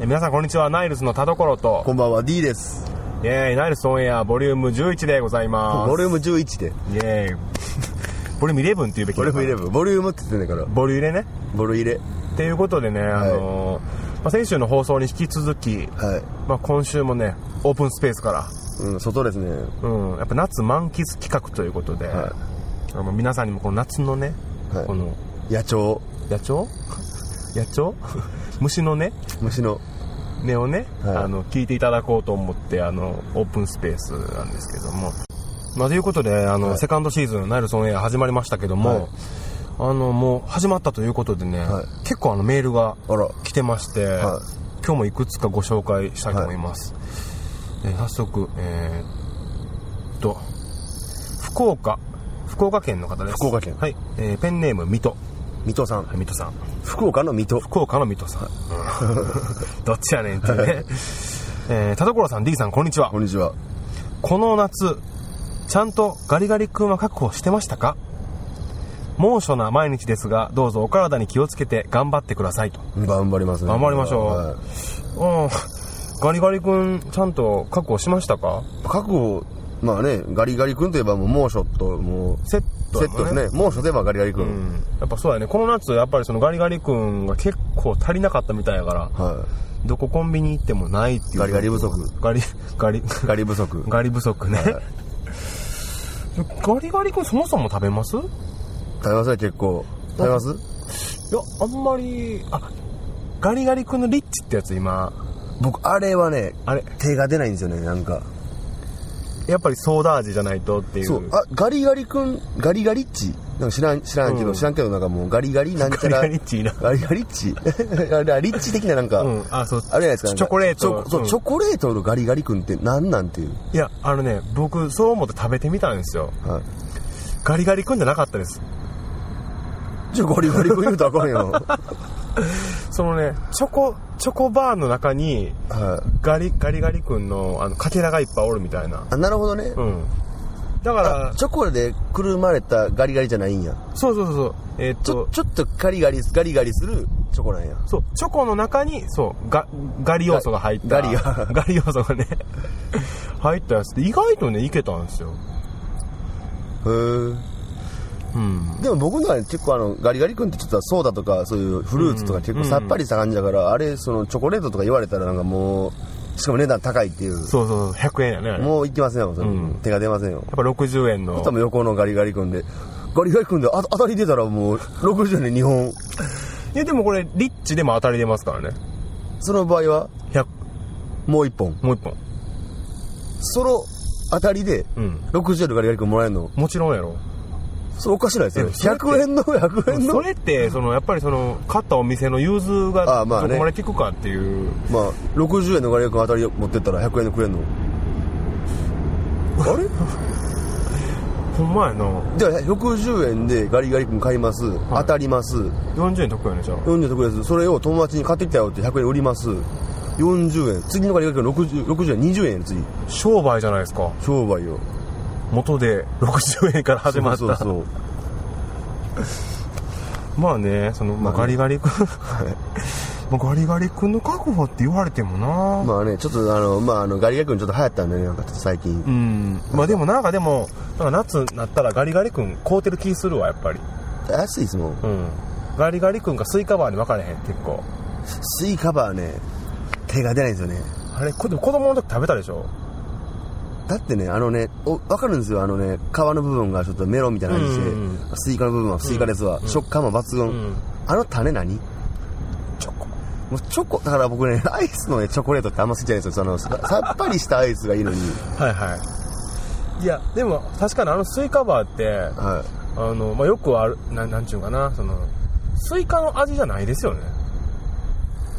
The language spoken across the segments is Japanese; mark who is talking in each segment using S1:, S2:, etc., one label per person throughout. S1: 皆さんこんにちはナイルズの田所と
S2: こんばんは D です
S1: イエーイナイルズオンエアボリューム11でございます
S2: ボリューム11で
S1: イエーイ ボリューム11って言うべき
S2: ボ
S1: だ
S2: リ
S1: な
S2: ューム11ボリュームって言ってんだから
S1: ボリュームね
S2: ボル入れ
S1: っていうことでね、あのーまあ、先週の放送に引き続き、
S2: はい、
S1: まあ、今週もねオープンスペースか
S2: うん、外ですね
S1: ら、うん、やっぱ夏満喫企画ということで、
S2: は
S1: あの皆さんにもこの夏のね、
S2: はい
S1: この
S2: 野鳥
S1: 野鳥野鳥 虫のね
S2: 虫の
S1: 音をね、
S2: はい
S1: あの聞いていただこうと思ってあのオープンスペースなんですけども、まあ、ということであの、
S2: はい
S1: セカンドシーズン「ナイルソンエア」始まりましたけど
S2: はい
S1: も、あのもう始まったということでね、
S2: はい
S1: 結構あのメールが
S2: あら
S1: 来てまして、
S2: はい
S1: 今日もいくつかご紹介したいと思います、えー早速えーっと福岡福岡県の方です
S2: 福岡県
S1: はい、えーペンネーム水戸
S2: 水戸さん
S1: はい水戸さん
S2: 福岡の水戸
S1: 福岡の水戸さん、 うんどっちやねんっていうね、えー田所さん D さんこんにちは
S2: こんにちは
S1: この夏ちゃんとガリガリ君は確保してましたか猛暑な毎日ですがどうぞお体に気をつけて頑張ってくださいと
S2: 頑張りますね
S1: 頑張りましょう
S2: は
S1: う
S2: い
S1: んガリガリ君ちゃんと確保しましたか
S2: 覚悟まあねガリガリ君といえばもう猛暑ともう
S1: セット
S2: セ
S1: やも
S2: ット
S1: ん
S2: ですね猛暑といえばガリガリ
S1: う
S2: 君、
S1: ん、やっぱそうやねこの夏やっぱりそのガリガリ君が結構足りなかったみたいやから
S2: は
S1: どこコンビニ行ってもないってい
S2: いうガリガリ不足
S1: ガリガリ
S2: ガリ不足
S1: ガリ不足ね、
S2: は
S1: ガリガリ君そもそも食べますいや
S2: 食べますね結構食べます
S1: あんまりあガリガリ君のリッチってやつ今
S2: 僕あれはね
S1: あれ
S2: 手が出ないんですよねなんか
S1: やっぱりソーダ味じゃないとっていう
S2: そうあガリガリ君ガリガリッチなんか知らん知らんけど、
S1: うん
S2: 知らんけどなんかもうガリガリなんち
S1: ガ
S2: ゃ
S1: リ
S2: ら
S1: ガリッチいいな
S2: ガリガリッチ あれリッチ的ななんか、
S1: うんあそう
S2: あれじゃないですかなんか
S1: チョコレート
S2: チョそう
S1: うん
S2: チョコレートのガリガリ君ってなんなんていう、
S1: いやあのね僕そう思って食べてみたんですよ
S2: はい、
S1: ガリガリ君じゃなかったです
S2: じゃあガリガリ君言うとあかんや んは
S1: そのね、チョコ、チョコバーの中に、
S2: い
S1: ガリ、ガリガリ君の、あの、かけらがいっぱいおるみたいな。
S2: あなるほどね、
S1: うん。だから
S2: あ、チョコでくるまれたガリガリじゃないんや
S1: そうそうそうそう、えーっ
S2: ちょ
S1: と、
S2: ちょっとガリガリガリガリするチョコなんや
S1: そう、チョコの中に、そう、ガ、ガリ要素が入った。
S2: ガガリが
S1: ガリ要素がね、入ったやつって意外とね、いけたんですよ。
S2: へ
S1: うん。
S2: えでも僕の中で結構あのガリガリ君ってちょっとソーダとかそういうフルーツとか結構さっぱりした感じだから、あれそのチョコレートとか言われたらなんかもうしかも値段高いっていう
S1: そうそうそう、100円やね。あれやっ
S2: もういきませんよ、それ
S1: うん
S2: 手が出ませんよ
S1: ぱ60円
S2: あ
S1: の
S2: と。も横のガリガリ君でガリガリ君であ当たり出たらもう60年日本
S1: いや、でもこれ、リッチでも当たり出ますからね。
S2: その場合は
S1: 100、
S2: もう1本
S1: もう1本。
S2: その当たりで
S1: うん。
S2: 60のガリガリ君もらえるの
S1: もちろんやろ。
S2: それおかしないですよ
S1: でもそれって
S2: 100円の100円
S1: そ
S2: の
S1: れってそのやっぱりその買ったお店の融通
S2: あ
S1: が
S2: ーまあ
S1: ど
S2: ね
S1: こまで効くかっていう、
S2: まあ60円のガリガリ君当たり持ってったら100円のくれんのあれ
S1: ほんまやな
S2: じゃあ160円でガリガリ君買います、当たります
S1: 40円得やねじゃあ
S2: 40円得ですそれを友達に買ってきたよって100円売ります40円次のガリガリ君 60, 60円20円やね次
S1: 商売じゃないですか
S2: 商売よ
S1: 元で60円から始まった
S2: そうそうそう
S1: まあねその、 まあ、
S2: まあ
S1: ガリガリ君まあガリガリ君の確保って言われてもな、
S2: まあね、ちょっとあの、まああの、ガリガリ君ちょっと流行ったんだよね、なんか最近
S1: う。んまあでもなんかでもなんか夏になったらガリガリ君凍ってる気するわやっぱり
S2: 安いですもん。
S1: うんガリガリ君がスイカバーに分かれへん結構
S2: スイカバーね、手が出ないんですよね。
S1: あれこでも子供の時食べたでしょ
S2: だってね、あのね、おわかるんですよ、あのね、皮の部分がちょっとメロンみたいな感じで、
S1: うん
S2: スイカの部分はスイカですわ、食感も抜群。
S1: うん
S2: あの種何
S1: チョコ
S2: もうチョコ、だから僕ね、 アイスのね、チョコレートってあんま好きじゃないんですよ。その、ささっぱりしたアイスがいいのに。
S1: はいはいいやでも確かにあのスイカバーって
S2: は
S1: あの、まあ、よくあるななんちゅうんかなそのスイカの味じゃないですよね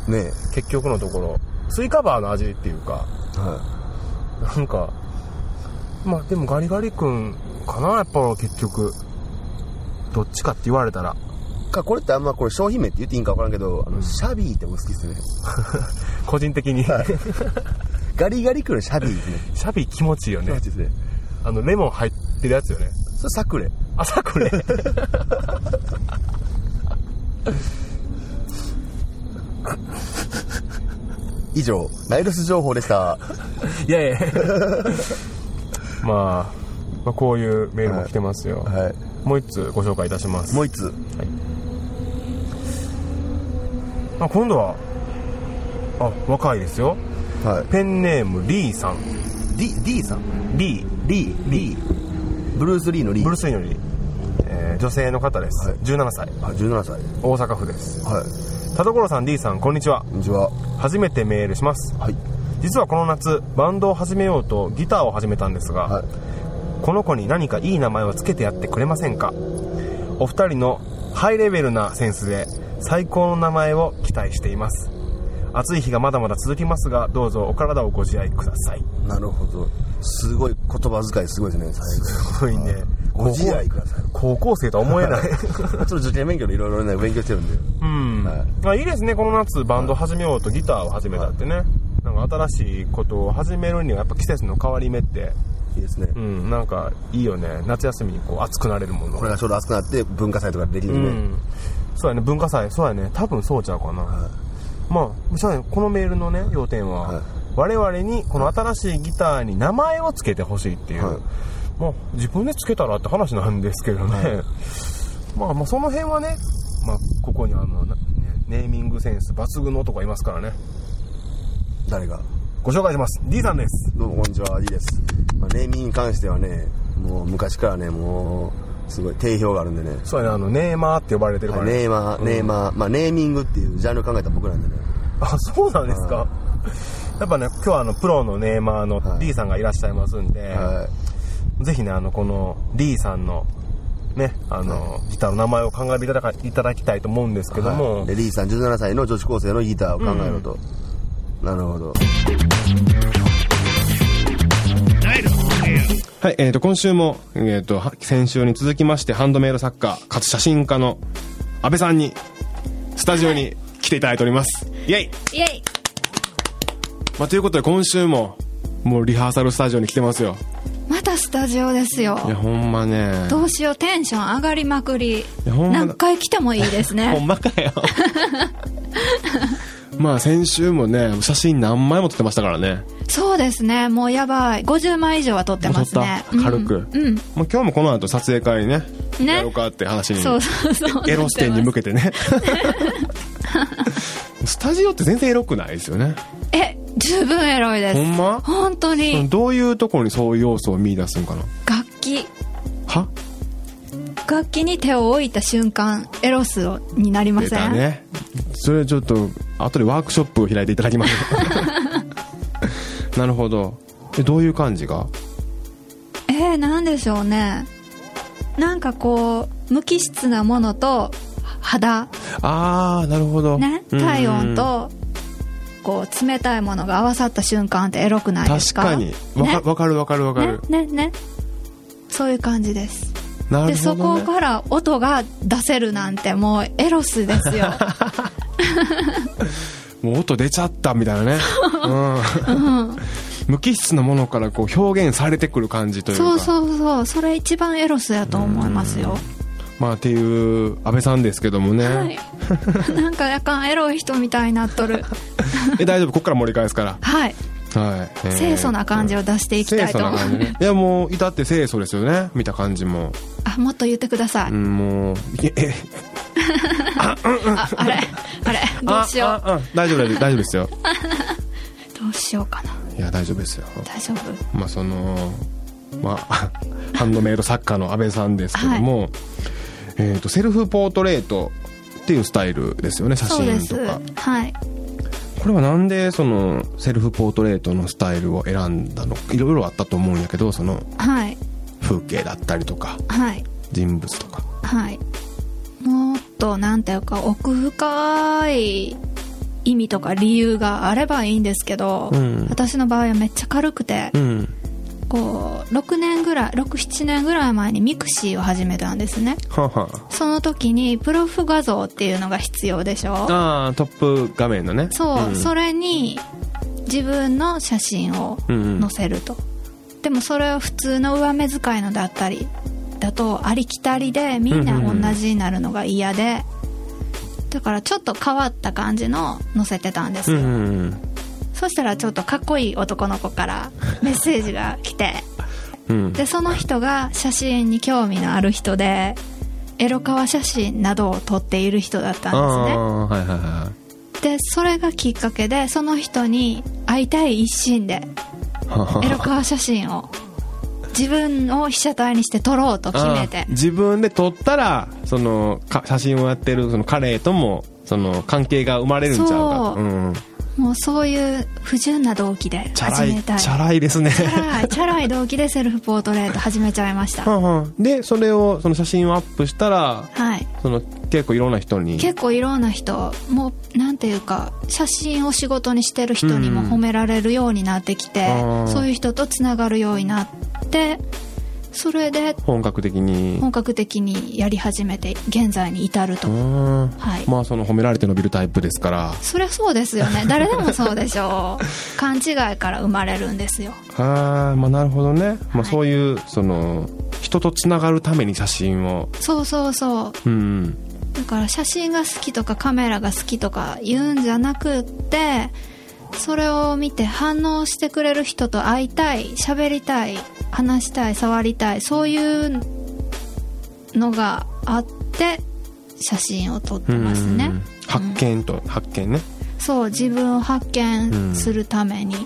S2: い。ね
S1: 結局のところスイカバーの味っていうか
S2: え。は
S1: なんかまあでもガリガリ君かなやっぱ結局どっちかって言われたら
S2: い。か、これってあんまこれ商品名って言っていいんかわからんけど、あの、シャビーって僕好きですね。
S1: 個人的に、
S2: ガリガリ君のシャビーですね。
S1: シャビ気持ちいいよね
S2: ちですね。
S1: あのレモン入ってるやつよね
S2: それサクレ。
S1: 朝 これ
S2: 以上ナイルス情報でした
S1: いやいや まあ、まあこういうメールも来てますよ、
S2: は
S1: もう一通ご紹介いたします
S2: いもう一つ
S1: あ今度はあ若いですよ
S2: はい
S1: ペンネームリーさん
S2: D, D さん
S1: リー
S2: リーリーブルース・リーのリー
S1: ブルース・リーのリー、えー女性の方です、
S2: はい
S1: 17歳
S2: あ17歳
S1: 大阪府です
S2: はい
S1: 田所さん D さんこんにちは
S2: こんにちは
S1: 初めてメールします
S2: はい
S1: 実はこの夏バンドを始めようとギターを始めたんですが、
S2: はい
S1: この子に何かいい名前をつけてやってくれませんかお二人のハイレベルなセンスで最高の名前を期待しています暑い日がまだまだ続きますがどうぞお体をご自愛ください
S2: なるほどすごい言葉遣いすごいですね
S1: すごいね
S2: ご自愛くださ い
S1: 高校生とは思えない
S2: 最後ちょっと受験勉強でいろいろね勉強してるんで
S1: うん、
S2: はい
S1: あいいですねこの夏バンド始めようとギターを始めたってね、なんか新しいことを始めるにはやっぱ季節の変わり目って
S2: いいですね、
S1: うんなんかいいよね夏休みにこう熱くなれるもの
S2: これがちょうど暑くなって文化祭とかできる
S1: うん
S2: で、
S1: ん、そうやね文化祭そうやね多分そうちゃうかな、まあそうやねこのメールのね要点は、
S2: はい
S1: 我々にこの新しいギターに名前を付けてほしいっていう、
S2: はい
S1: まあ自分で付けたらって話なんですけどね、 まあまあその辺はね、まあ、ここにあの、ね、ネーミングセンス抜群の男がいますからね
S2: 誰が
S1: ご紹介します D さんです
S2: どうもこんにちは D です、まあ、ネーミングに関してはねもう昔からねもうすごい定評があるんでね、
S1: そうやねあのネーマーって呼ばれてるか
S2: は
S1: ら
S2: い
S1: ね、
S2: ネーマーネーマー、まあ、ネーミングっていうジャンル考えた僕なんでね
S1: あそうなんですか、やっぱね今日はあのプロのネーマーの
S2: はい
S1: D さんがいらっしゃいますんで、
S2: はい
S1: ぜひね、あの、この、リーさんの、ね、あの、ギターの名前を考えていただかいただきたいと思うんですけども、
S2: はいでリーさん17歳の女子高生のギターを考えろと、なるほど
S1: はい、えっ、と、今週も、えっ、と、は先週に続きまして、ハンドメイド作家、かつ写真家の、安倍さんに、スタジオに来ていただいております。イェイ
S3: イエイ
S1: まあ、ということで、今週も、もうリハーサルスタジオに来てますよ。
S3: またスタジオですよ
S1: いや、ほんまね。
S3: どうしようテンション上がりまくり
S1: やほんまだ
S3: 何回来てもいいです
S1: ほ
S3: ね
S1: んまかよ。 まあ、先週もね、写真何枚も撮ってましたからね。
S3: そうですねもうやばい50枚以上は撮ってますね
S1: 撮った軽く
S3: うん、うん
S1: もう今日もこの後撮影会ね
S3: ね
S1: やろうかって話に
S3: そうそうそう
S1: エロ視点に向けて ねスタジオって全然エロくないですよね
S3: え十分エロいです
S1: ほんま
S3: 本当に
S1: どういうところにそういう要素を見出すんかな
S3: 楽器
S1: は
S3: 楽器に手を置いた瞬間エロスになりま
S1: 出
S3: せ
S1: た
S3: ん、
S1: ねそれちょっと後でワークショップを開いていただき ます なるほどえどういう感じが
S3: えー、なんでしょうねなんかこう無機質なものと肌
S1: ああなるほど
S3: ね、
S1: うん
S3: 体温とこう冷たいものが合わさった瞬間ってエロくないです
S1: 確
S3: か
S1: かにわか,、わかるわかるわかる、
S3: ねねねそういう感じです
S1: な
S3: で
S1: るほ
S3: そ
S1: ど、
S3: こ
S1: ね、
S3: から音が出せるなんてもうエロスです よ、
S1: もう音出ちゃったみたいなね、 うん、無機質なものからこう表現されてくる感じというか
S3: そうそうそうそれ一番エロスやと思いますよ、
S1: まあっていう安倍さんですけどもね、
S3: はい なんかやかんエロい人みたいになっとる
S1: え大丈夫ここから盛り返すから
S3: はい
S1: はい、えー
S3: 清楚な感じを出していきたいと思う、
S1: 清楚な感じねいやもう至って清楚ですよね見た感じも、
S3: あもっと言ってください、
S1: うん、もうええ
S3: ああれあれどうしよう
S1: あああ大丈夫大丈夫大丈夫ですよ
S3: どうしようかない
S1: や大丈夫ですよ
S3: 大丈夫
S1: まあそのまあ ハンドメイド作家の安倍さんですけども、えー、とセルフポートレートっていうスタイルですよね写
S3: そうで
S1: 真
S3: す
S1: とか
S3: はい
S1: これはなんでそのセルフポートレートのスタイルを選んだのいろいろあったと思うんやけどその
S3: はい
S1: 風景だったりとか
S3: はい
S1: 人物とか
S3: はいもっとなんていうか奥深い意味とか理由があればいいんですけど、
S1: うん
S3: 私の場合はめっちゃ軽くて、
S1: うん
S3: こう6年ぐらい67年ぐらい前にミクシーを始めたんですね
S1: はは
S3: その時にプロフ画像っていうのが必要でしょ
S1: ああトップ画面のね
S3: そう、
S1: ん
S3: それに自分の写真を
S1: うんうん
S3: 載せると、でもそれは普通の上目遣いのだったりだとありきたりでみんな同じになるのが嫌で、だからちょっと変わった感じの載せてたんです
S1: う
S3: よ、
S1: んうん
S3: そしたらちょっとかっこいい男の子からメッセージが来て
S1: うん
S3: でその人が写真に興味のある人でエロ革写真などを撮っている人だった
S1: あ
S3: んですね
S1: あはいはいは
S3: でそれがきっかけでその人に会いたい一心で
S1: いは
S3: エロ革写真を自分を被写体にして撮ろうと決め
S1: あ
S3: て
S1: ー自分で撮ったらそのか写真をやってるその彼ともその関係が生まれるんちゃうかと
S3: そう
S1: うん、
S3: もうそういう不純な動機で
S1: チャラ
S3: 始
S1: い
S3: めたい
S1: チャラいです ね
S3: チャ ラいチャラい動機でセルフポートレート始めちゃいまし
S1: う
S3: た
S1: んうんでそれをその写真をアップしたら
S3: はい
S1: その結構いろんな人に
S3: 結構いろんな人もうなんていうか写真を仕事にしてる人にも
S1: うん
S3: 褒められるようになってきて、
S1: あー
S3: そういう人とつながるようになってそれで
S1: 本格的に
S3: 本格的にやり始めて現在に至ると、
S1: うん
S3: はい、
S1: まあその褒められて伸びるタイプですから
S3: そりゃそうですよね誰でもそうでしょう勘違いから生まれるんですよ
S1: あーまあなるほどね、ま
S3: は
S1: あ、
S3: い
S1: そういうその人とつながるために写真を
S3: そうそうそ
S1: う
S3: う
S1: ん
S3: だから写真が好きとかカメラが好きとか言うんじゃなくってそれを見て反応してくれる人と会いたい喋りたい話したい触りたいそういうのがあって写真を撮って
S1: うんうん
S3: ますね、
S1: 発見と、発見ね
S3: そう自分を発見するために、
S1: う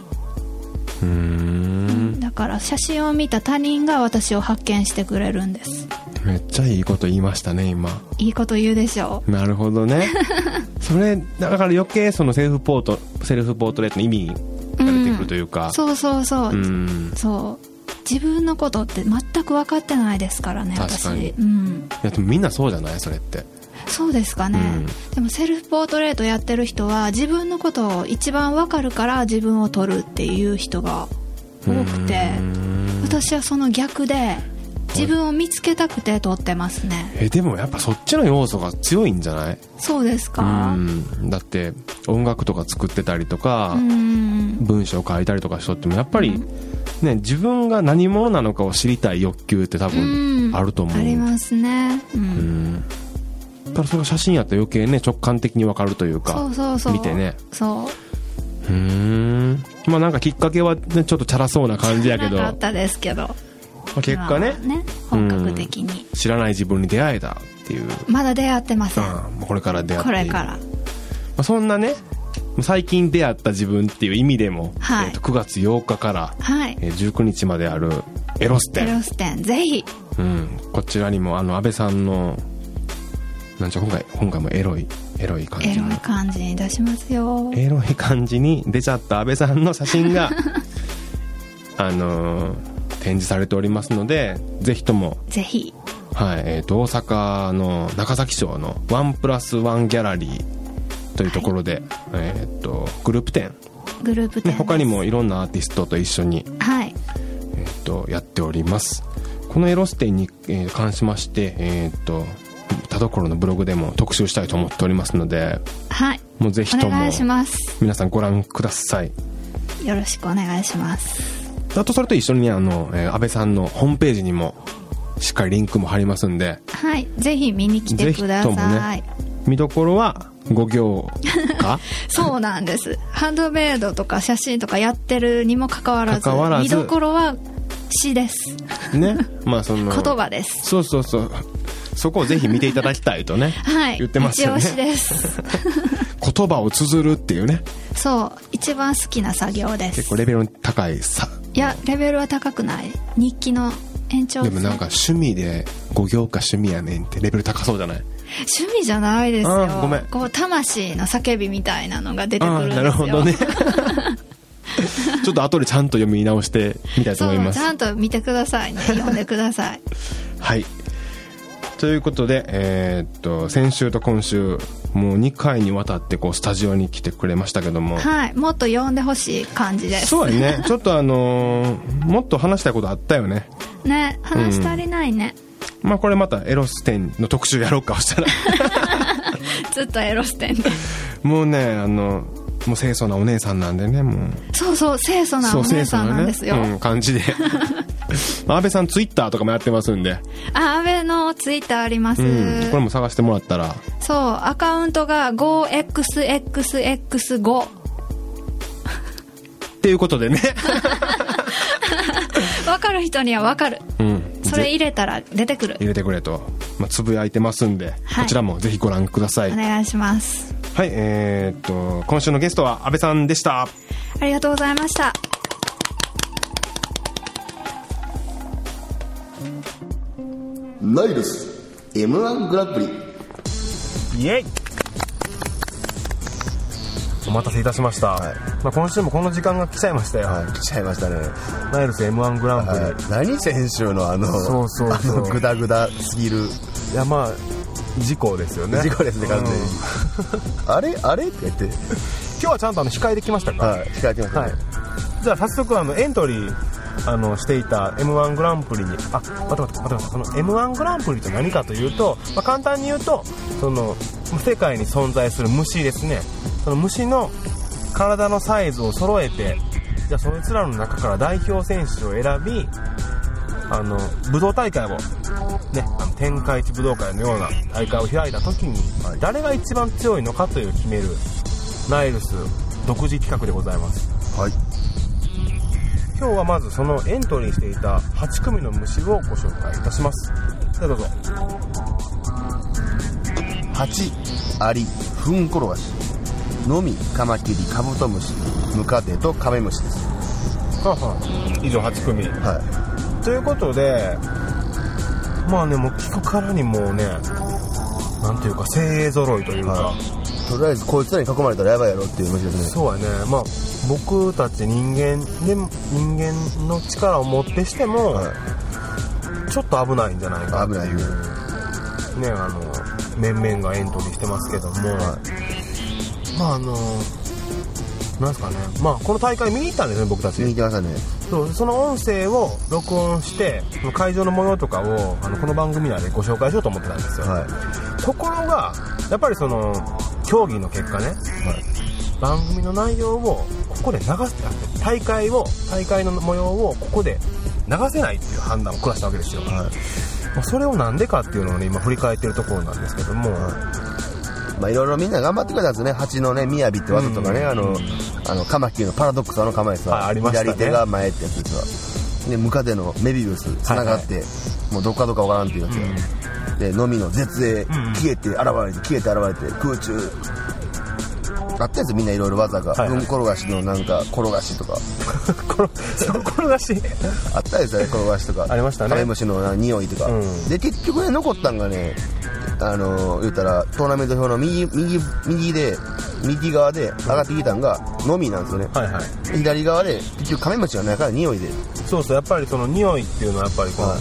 S1: ーん
S3: だから写真を見た他人が私を発見してくれるんです
S1: めっちゃいいこと言いましたね今
S3: いいこと言うでしょう
S1: なるほど ねそれだから余計そのセルフポートセルフポートレートの意味が出てくるというか、
S3: そうそうそう、
S1: うん
S3: そう自分のことって全く分かってないですからね
S1: 確かに
S3: 私、うん、
S1: いやでもみんなそうじゃないそれって
S3: そうですかね、でもセルフポートレートやってる人は自分のことを一番分かるから自分を撮るっていう人が多くて
S1: うん
S3: 私はその逆で自分を見つけたくて撮ってますね
S1: えでもやっぱそっちの要素が強いんじゃない
S3: そうです
S1: う
S3: か
S1: んだって音楽とか作ってたりとか、
S3: うん
S1: 文章を書いたりとかしとってもやっぱり、ね、自分が何者なのかを知りたい欲求って多
S3: う
S1: 分
S3: ん
S1: あると思う、
S3: ありますね、うん
S1: うんだからそれが写真やったら余計ね直感的にわかるというか
S3: そうそうそう
S1: 見てね
S3: そう
S1: うーんまあなんかきっかけは、ね、ちょっとチャラそうな感じやけど、
S3: なか
S1: ま
S3: ったですけど
S1: あ結果ね
S3: 今は本格的に、
S1: 知らない自分に出会えたっていう、
S3: まだ出会ってません、
S1: うん、これから出会って
S3: こ
S1: いる
S3: れから
S1: まあ、そんなね最近出会った自分っていう意味でも、
S3: はい
S1: えーと9月8日から、
S3: はい
S1: えー19日まであるエロス
S3: エ
S1: 展
S3: ロス展ぜひ
S1: うん、こちらにもあの安倍さんのなんちゃ今回今回もエロいエロい感じ
S3: エ
S1: に
S3: ロい感じに出しますよ
S1: エロい感じに出ちゃった安倍さんの写真 があのー展示されておりますのでぜひとも、
S3: ぜひ
S1: はいえーと大阪の中崎町のワンプラスワンギャラリーというところで、えー、とグループ展、
S3: グループ展
S1: ね、
S3: です
S1: 他にもいろんなアーティストと一緒に
S3: はい
S1: えっとやっておりますこのエロステに、えー関しまして、えっと田所のブログでも特集したいと思っておりますので
S3: はい
S1: もうぜひ
S3: お
S1: と
S3: 願
S1: も
S3: いします
S1: 皆さんご覧ください
S3: よろしくお願いします
S1: あとそれと一緒にねあの、えー安倍さんのホームページにもしっかりリンクも貼りますんで
S3: はいぜひ見に来てく
S1: ぜひ
S3: だ
S1: とも
S3: さい、
S1: ね見どころは5行 か
S3: そうなんですハンドメイドとか写真とかやってるにもかかわらず
S1: かかわらず
S3: 見どころは詩です
S1: ねまあその
S3: 言葉です、
S1: そうそうそうそこをぜひ見ていただきたいとね
S3: はい
S1: 言ってますよね
S3: 一押しです
S1: 言葉を綴るっていうね
S3: そう一番好きな作業です
S1: 結構レベルの高いさ
S3: いやレベルは高くない日記の延長
S1: で
S3: 線
S1: もなんか趣味で5行か趣味やねんってレベル高そうじゃない
S3: 趣味じゃないですよ
S1: あごめん
S3: こう魂の叫びみたいなのが出てく
S1: あ
S3: る
S1: あ
S3: んです
S1: な
S3: よ
S1: るほど ねちょっと後でちゃんと読み直してみたいと
S3: そ
S1: 思いま
S3: うち
S1: す
S3: ゃんと見てく ださいね読んでください
S1: はいということでえーっと先週と今週もう2回にわたってこうスタジオに来てくれましたけども
S3: はいもっと読んでほしい感じです
S1: そうやね ちょっとあのーもっと話したいことあったよね
S3: ね話足りないね、
S1: まあこれまたエロス展の特集やろうか したら
S3: ずっとエロ視点で
S1: もうねあのもう清楚なお姉さんなんでねもう
S3: そうそう清楚なお姉さんなんですよ、
S1: そう清楚なねうん、感じ でまあ安倍さんツイッターとかもやってますんで、
S3: あ安倍のツイッターあります、
S1: うん、これも探してもらったら
S3: そうアカウントが 5xxx5
S4: っていうこと でね
S3: わかる人にはわかる
S4: うん
S3: それ入れたら出てくる
S4: 入れてくれと、まあ、つぶやいてますんで、
S3: はい
S4: こちらもぜひご覧ください
S3: お願いします
S4: はいえーっと今週のゲストは安倍さんでした
S3: ありがとうございました
S2: ノイルス M1 グランプリ
S1: イエイお待たせいたしました、
S2: い
S1: まあ、今週もこの時間が来ちゃいましたよ、
S2: はい来ちゃいましたね、
S1: ナイルス m 1グランプリ、
S2: はい、何先週のあの
S1: そうそうそう
S2: あのグダグダすぎる
S1: い、やまあ事故ですよね
S2: 事故ですね完全に、
S1: うん
S2: あれあれって言って
S1: 今日はちゃんとあの控えできましたか、
S2: はい控えてました
S1: は
S2: ね
S1: い、じゃあ早速あのエントリーあのしていた m 1グランプリにあ待って待って待って待ってこの m 1グランプリって何かというと、まあ、簡単に言うとその世界に存在する虫ですねその虫の体のサイズを揃えてじゃあそいつらの中から代表選手を選びあの武道大会を、ね、あの天下一武道会のような大会を開いた時に誰が一番強いのかという決めるナイルス独自企画でございます
S2: はい
S1: 今日はまずそのエントリーしていた8組の虫をご紹介いたしますではどうぞ
S2: 蜂アリフンコロガシのみカマキリカブトムシムカデとカメムシです
S1: 以上8組
S2: は
S1: ということでまあねもう聞くからにもうねなんていうか精鋭揃いというか、
S2: ははいとりあえずこいつらに囲まれたらやばいやろっていう虫ですね
S1: そうやねまあ僕たち人間で人間の力をもってしても、
S2: はい
S1: ちょっと危ないんじゃないかっていう
S2: 危な
S1: ねあの面々がエントリーしてますけども、まああのなんですかねまあこの大会見に行ったんですね僕たち
S2: 見に行きましたね
S1: そうその音声を録音してその会場の模様とかをあのこの番組内でご紹介しようと思ってたんですよ、
S2: は
S1: ところがやっぱりその競技の結果ね
S2: い、はい
S1: 番組の内容をここで流すあ大会を大会の模様をここで流せないっていう判断を下したわけですよ、
S2: はい
S1: まあそれをなんでかっていうのをね今振り返ってるところなんですけども、
S2: まあ、いろいろみんな頑張ってくれたんですね蜂のね「みやび」って技とかね、あのあのカマキリのパラドックスあの構えさ、
S1: はいありましたね
S2: 左手が前ってやつですわでムカデのメビウスつながって、もうどっかどっかわからんっていうやつ、でのみの絶影、消えて現れて消えて現れて空中あったやつみんないろいろ技が、
S1: はいはい
S2: うん転がしのなんか転がしとか
S1: このその転がし
S2: あったですよね転がしとか
S1: ありましたね
S2: カメムシのな匂いとか、
S1: うん
S2: で結局ね残ったんがねあの言うたらトーナメント表の右右右で右側で上がってきたんがのみなんですよね、
S1: はいはい
S2: 左側で結局カメムシの中から匂いで
S1: そうそうやっぱりその匂いっていうのはやっぱりこの、
S2: はい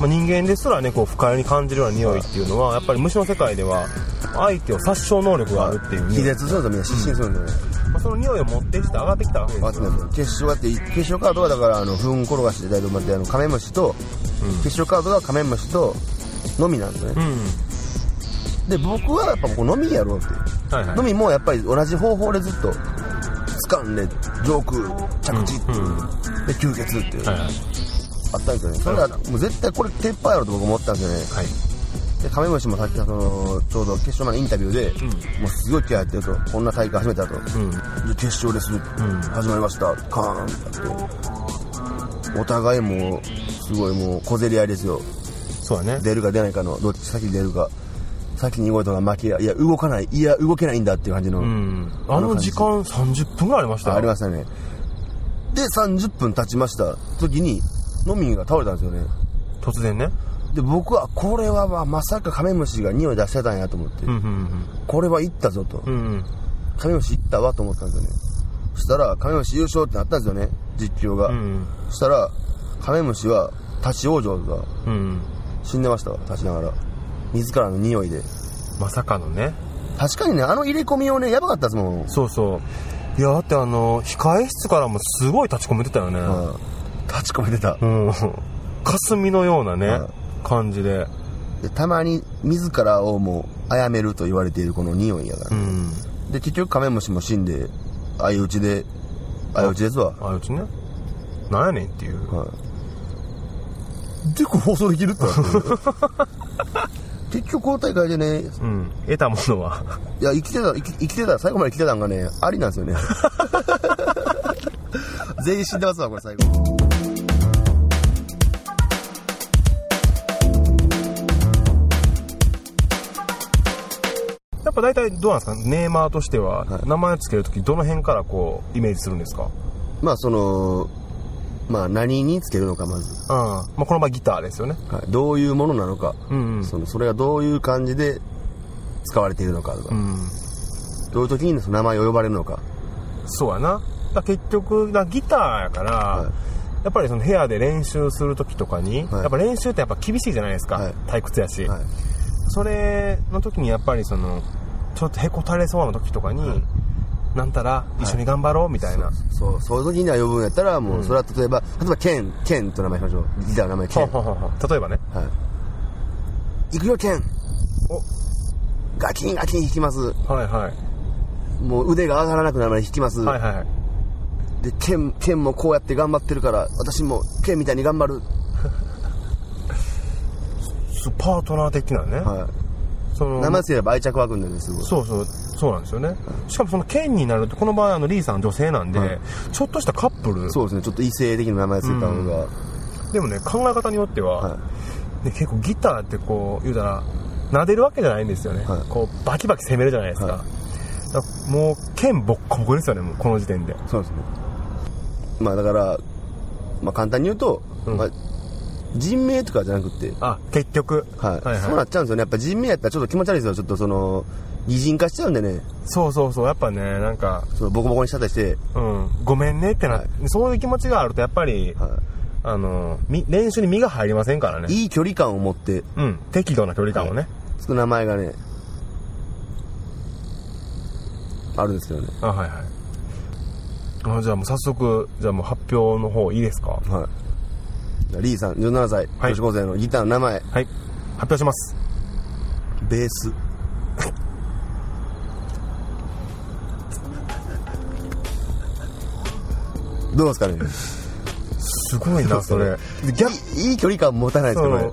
S1: まあ、人間ですらねこう不快に感じるような匂いっていうのはやっぱり虫の世界では相手を殺傷能力があるっていう
S2: 気
S1: 匂い、
S2: 絶するとみんな失神するんですよね、
S1: まあ、その匂いを持ってきて上がってきたわけです
S2: あそ
S1: よ
S2: うなんですよ決勝があって決勝カードはだからあの不運転がしで大丈夫なんであのカメムシと、決勝カードがカメムシとのみなんですよ
S1: う
S2: ね、
S1: ん
S2: で僕はやっぱここのみやろうって、
S1: はいはい
S2: のみもやっぱり同じ方法でずっと掴んで上空着地、
S1: うん
S2: で吸血っていう、
S1: はいはい
S2: あったんですよねそれがもう絶対これ鉄板やろと僕思ったんですよ
S1: はい
S2: ねでカメムシもさっきそのちょうど決勝前のインタビューで、もうすごい気合入ってるとこんな大会始めたと、で決勝です、始まりましたカーンってお互いもうすごいもう小競り合いですよ
S1: そうだね
S2: 出るか出ないかのどっち先に出るか先に動いたのが負けやいや動かないいや動けないんだっていう感じの、
S1: うんあの時間30分ぐらいありましたよ
S2: ありましたねで30分経ちました時にノミンが倒れたんですよね
S1: 突然ね
S2: で僕はこれはまあまさかカメムシが匂い出してたんやと思って、
S1: うんうん
S2: これは行ったぞと、
S1: うんうんうん
S2: カメムシ行ったわと思ったんですよねそしたらカメムシ優勝ってなったんですよね実況が、
S1: うん
S2: そしたらカメムシは立ち往生が
S1: うん
S2: 死んでましたわ立ちながら自らの匂いで
S1: まさかのね
S2: 確かにねあの入れ込みをねやばかったですもん、
S1: そうそういやだってあの控え室からもすごい立ち込めてたよね、
S2: うん立ち込めてた
S1: うん霞のようなね、
S2: はい
S1: 感じで
S2: でたまに自らをもう殺めると言われているこの匂いやから
S1: う、ん
S2: で結局カメムシも死んで相打ちで相打ちですわ、
S1: あうちねなんやねんっていう
S2: はい、結構放送できるってなって 結局この大会でね
S1: うん得たものは
S2: いや生きてた生き生きてた最後まで生きてたんがねありなんですよね全員死んでますわこれ最後
S1: やっぱ大体どうなんですかネーマーとしては
S2: はい
S1: 名前つけるときどの辺からこうイメージするんですか
S2: まあそのまあ何につけるのかまず、
S1: あまあ、この場合ギターですよね
S2: はい、どういうものなのか、
S1: うんうん
S2: そのそれがどういう感じで使われているのかとか、
S1: うん
S2: どういう時にその名前を呼ばれるのか
S1: そうやなだから結局だからギターやから、
S2: い
S1: やっぱりその部屋で練習するときとかに、
S2: はい
S1: やっぱ練習ってやっぱ厳しいじゃないですか、
S2: はい
S1: 退屈やし、
S2: はい
S1: それの時にやっぱりそのちょっとへこたれそうな時とかに、なんたら一緒に頑張ろうみたいな、
S2: そうそういう時には呼ぶんやったらもうそれは例えば、例えばケンケンと名前しましょうギターの名前ケン、
S1: ほうほうほうほう例えばね
S2: はい、行くよケンガキンガキン弾きます
S1: おはいはい
S2: もう腕が上がらなくなるまで弾きます、
S1: はいはいはい
S2: でケンケンもこうやって頑張ってるから私もケンみたいに頑張る、
S1: そうパートナー的なね、
S2: は
S1: そ
S2: い、
S1: の
S2: 名前つければ愛着湧くんだよねすごい
S1: そうそうそうなんですよねしかもその県になるとこの場合あのリーさん女性なんで、
S2: はい
S1: ちょっとしたカップル
S2: そうですねちょっと異性的な名前ついた方が、
S1: でもね考え方によっては、
S2: は
S1: ね、結構ギターってこう言うたら撫でるわけじゃないんですよね、
S2: はい
S1: こうバキバキ攻めるじゃないですか,、
S2: は
S1: だからもう剣ボッコボコですよねもうこの時点で
S2: そうですねまあだから、まあ、簡単に言うと、
S1: うん
S2: まあ、人名とかじゃなくて、
S1: あ結局、
S2: はい
S1: はいはい
S2: そうなっちゃうんですよねやっぱ人名やったらちょっと気持ち悪いですよちょっとその擬人化しちゃうんでね
S1: そうそうそうやっぱねなんか、
S2: そのボコボコにしちゃったりして、
S1: うん、ごめんねってな、
S2: はい
S1: そういう気持ちがあるとやっぱり、
S2: は
S1: あのみ練習に身が入りませんからね
S2: い、いい距離感を持って
S1: うん、適度な距離感をね、
S2: つく名前がねあるんですけどね
S1: あはいはいあじゃあもう早速じゃあもう発表の方いいですか
S2: はいじゃあリーさん17歳
S1: はい
S2: 女子高生のギターの名前
S1: はい発表します
S2: ベースどうですかね
S1: すごいなそれ
S2: ギャいい距離感持たないです
S1: そ
S2: け
S1: の
S2: どね、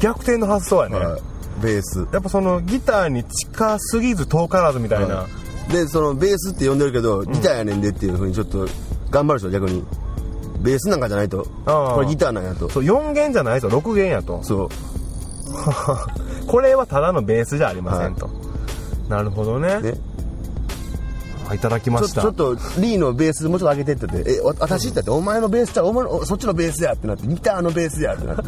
S1: 逆転の発想やね、
S2: はい、ベース
S1: やっぱそのギターに近すぎず遠からずみたいな、
S2: でそのベースって呼んでるけどギターやねんでっていうふうにちょっと頑張るでしょ逆にベースなんかじゃないと
S1: あー
S2: これギターなんやと
S1: そう4弦じゃないですよ6弦やと
S2: そう
S1: これはただのベースじゃありませんと、なるほどね
S2: ね
S1: あいただきま
S2: ちょ
S1: した
S2: ちょっとリーのベースもうちょっと上げてって言って「えわ私」ってって「お前のベースちゃうお前のおそっちのベースや」ってなって「ギターのベースや」ってなって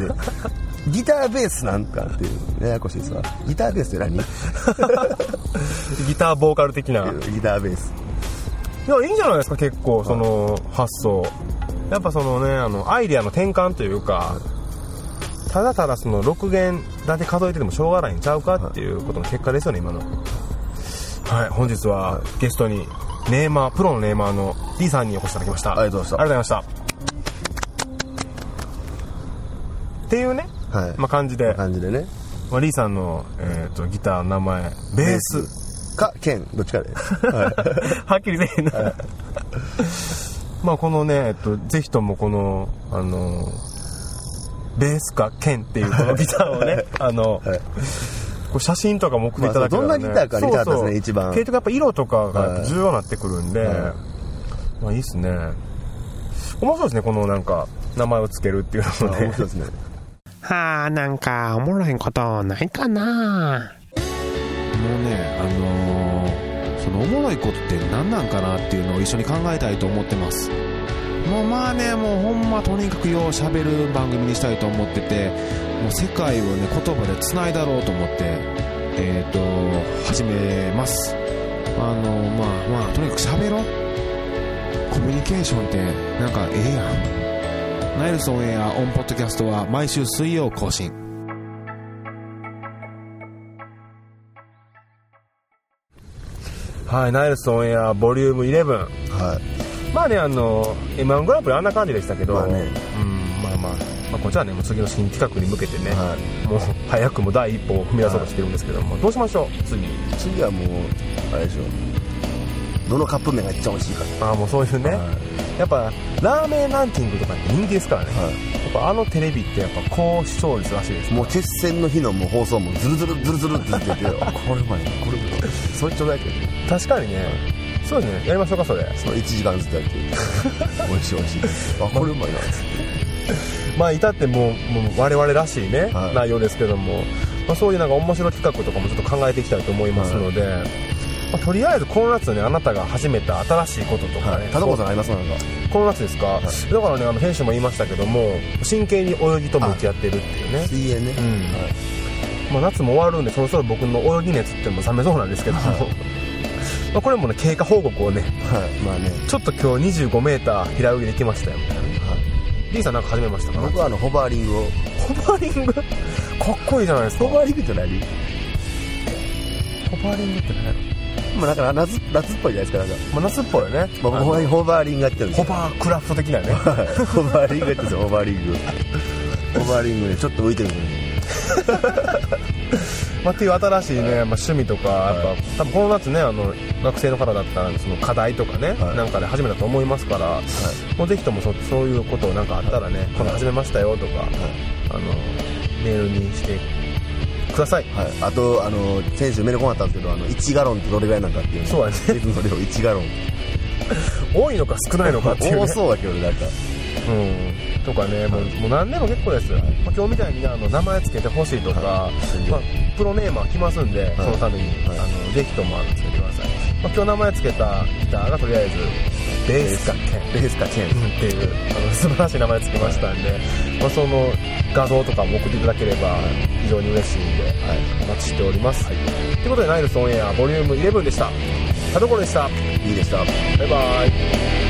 S2: ギターベースなんかっていうややこしいですわギターベースって何ギ
S1: ギターボーカル的な、い
S2: ターベース
S1: やいいんじゃないですか結構その発想やっぱそのねあのアイデアの転換というかただただその6弦だけ数えててもしょうがないんちゃうかっていうことの結果ですよね今のはい本日はゲストにネーマープロのネーマーの D さんにお越しいただきました
S2: ありがとうございました
S1: ありがとうございましたっていうね、
S2: はい
S1: まあ、感じで、
S2: 感じでね
S1: まあ、リーさんの、えー、とギターの名前ベース
S2: か剣どっちかで、 はい、
S1: はっきりせえへんな まあこのね、えっと、ぜひともこのあのベースか剣っていうこのギターをねあの、
S2: はい
S1: こう写真とかも送っていただけたら、ね
S2: まあそうどんなギターか見たかったですね
S1: そうそう
S2: 一番
S1: 結局やっぱ色とかがやっぱ
S2: はい
S1: 重要になってくるんで、
S2: は
S1: まあいいっすね面白いですねこのなんか名前をつけるっていうのもね
S2: 面白いですね
S5: はあ、なんかおもろいことないかな。
S4: もうねあのーそのおもろいことって何なんかなっていうのを一緒に考えたいと思ってますもうまあねもうほんまとにかくようしゃべる番組にしたいと思っててもう世界をね言葉でつないだろうと思ってえっ、と始めますあのーまあまあとにかくしゃべろうコミュニケーションってなんかええやんナイルソンエアオンポッドキャストは毎週水曜更新
S1: はい、ナイルスオンエアボリューム11
S2: はい
S1: まあねあの m 1グランプリあんな感じでしたけど、
S2: まあね
S1: うんまあまあ、まあ、こっちはねもう次の新企画に向けてね、
S2: は
S1: もう早くも第一歩を踏み出そうとしてるんですけども、どうしましょう次
S2: い、次はもうあれでしょどのカップ麺が一番美味しいか
S1: ああもうそういうね、
S2: は
S1: やっぱラーメンランキングとかって人気ですからね、
S2: はい
S1: やっぱあのテレビってやっぱ高視聴率らしいです
S2: もう決戦の日のもう放送もズルズルズルズルって言っててあこれうまいこれうまいそれちょうだいって
S1: 確かにねそうですねやりましょうかそれ
S2: その1時間ずつやって 美味しい美味しいあこれうまいな
S1: まあ至ってもうもう我々らしいね、
S2: はい
S1: 内容ですけども、まあ、そういうなんか面白企画とかもちょっと考えていきたいと思いますので、まあとりあえずこの夏ねあなたが始めた新しいこととかね、
S2: 田所さんありますかなんか
S1: この夏ですか、だからねあの編集も言いましたけども真剣に泳ぎと向き合ってるっていうね、
S2: 水泳ね、
S1: うんまあ、夏も終わるんでそろそろ僕の泳ぎ熱っていうのも冷めそうなんですけども、 まあこれもね経過報告をね
S2: はい、はい、まあね
S1: ちょっと今日 25m 平泳ぎできましたよみたいな、はい、D さんなんか始めましたかな
S2: 僕はあのホバーリングを
S1: ホバリングかっこいいじゃないですか
S2: ホバーリングって何
S1: ホバリングってね、
S2: まあだから夏夏っぽいじゃないですかなんか、
S1: まあ、夏っぽいよね、
S2: まあ、僕ホバホバーリングやってるんです
S1: ホ
S2: よ
S1: バークラフト的なね
S2: はいホバーリングやってるんですよホバーリングホバーリングでちょっと浮いてるんですよね
S1: まあ、っていう新しいね、まあ、趣味とかやっぱ、
S2: は
S1: 多分この夏ねあの学生の方だったらその課題とかね、
S2: はい
S1: なんかで始めたと思いますから、もうぜひともそそういうことをなんかあったらね、この始めましたよとか、あのメールにしてください
S2: はい、あとあの先週メール来なかったんですけどあの1ガロンってどれぐらいなんかっていう
S1: そうやね
S2: 水分の量1ガロン
S1: 多いのか少ないのかっていう、ね、
S2: 多そうだけどなんか
S1: うん、とかね、もうもう何でも結構です、まあ、今日みたいにねあの名前つけてほしいとか、
S2: はい
S1: まあ、プロネーマー来ますんで、
S2: い
S1: そのために、
S2: はい
S1: あのぜひともあのつけてください、まあ、今日名前つけたギターがとりあえずベースかケン
S2: レースかチェーン
S1: っていうあの素晴らしい名前つけましたんで、まあ、その画像とかも送っていただければ非常に嬉しいんで、お待ちしております、ということで「ナイルスオンエアボリューム11でした田所でした
S2: いいでした
S1: バイバイ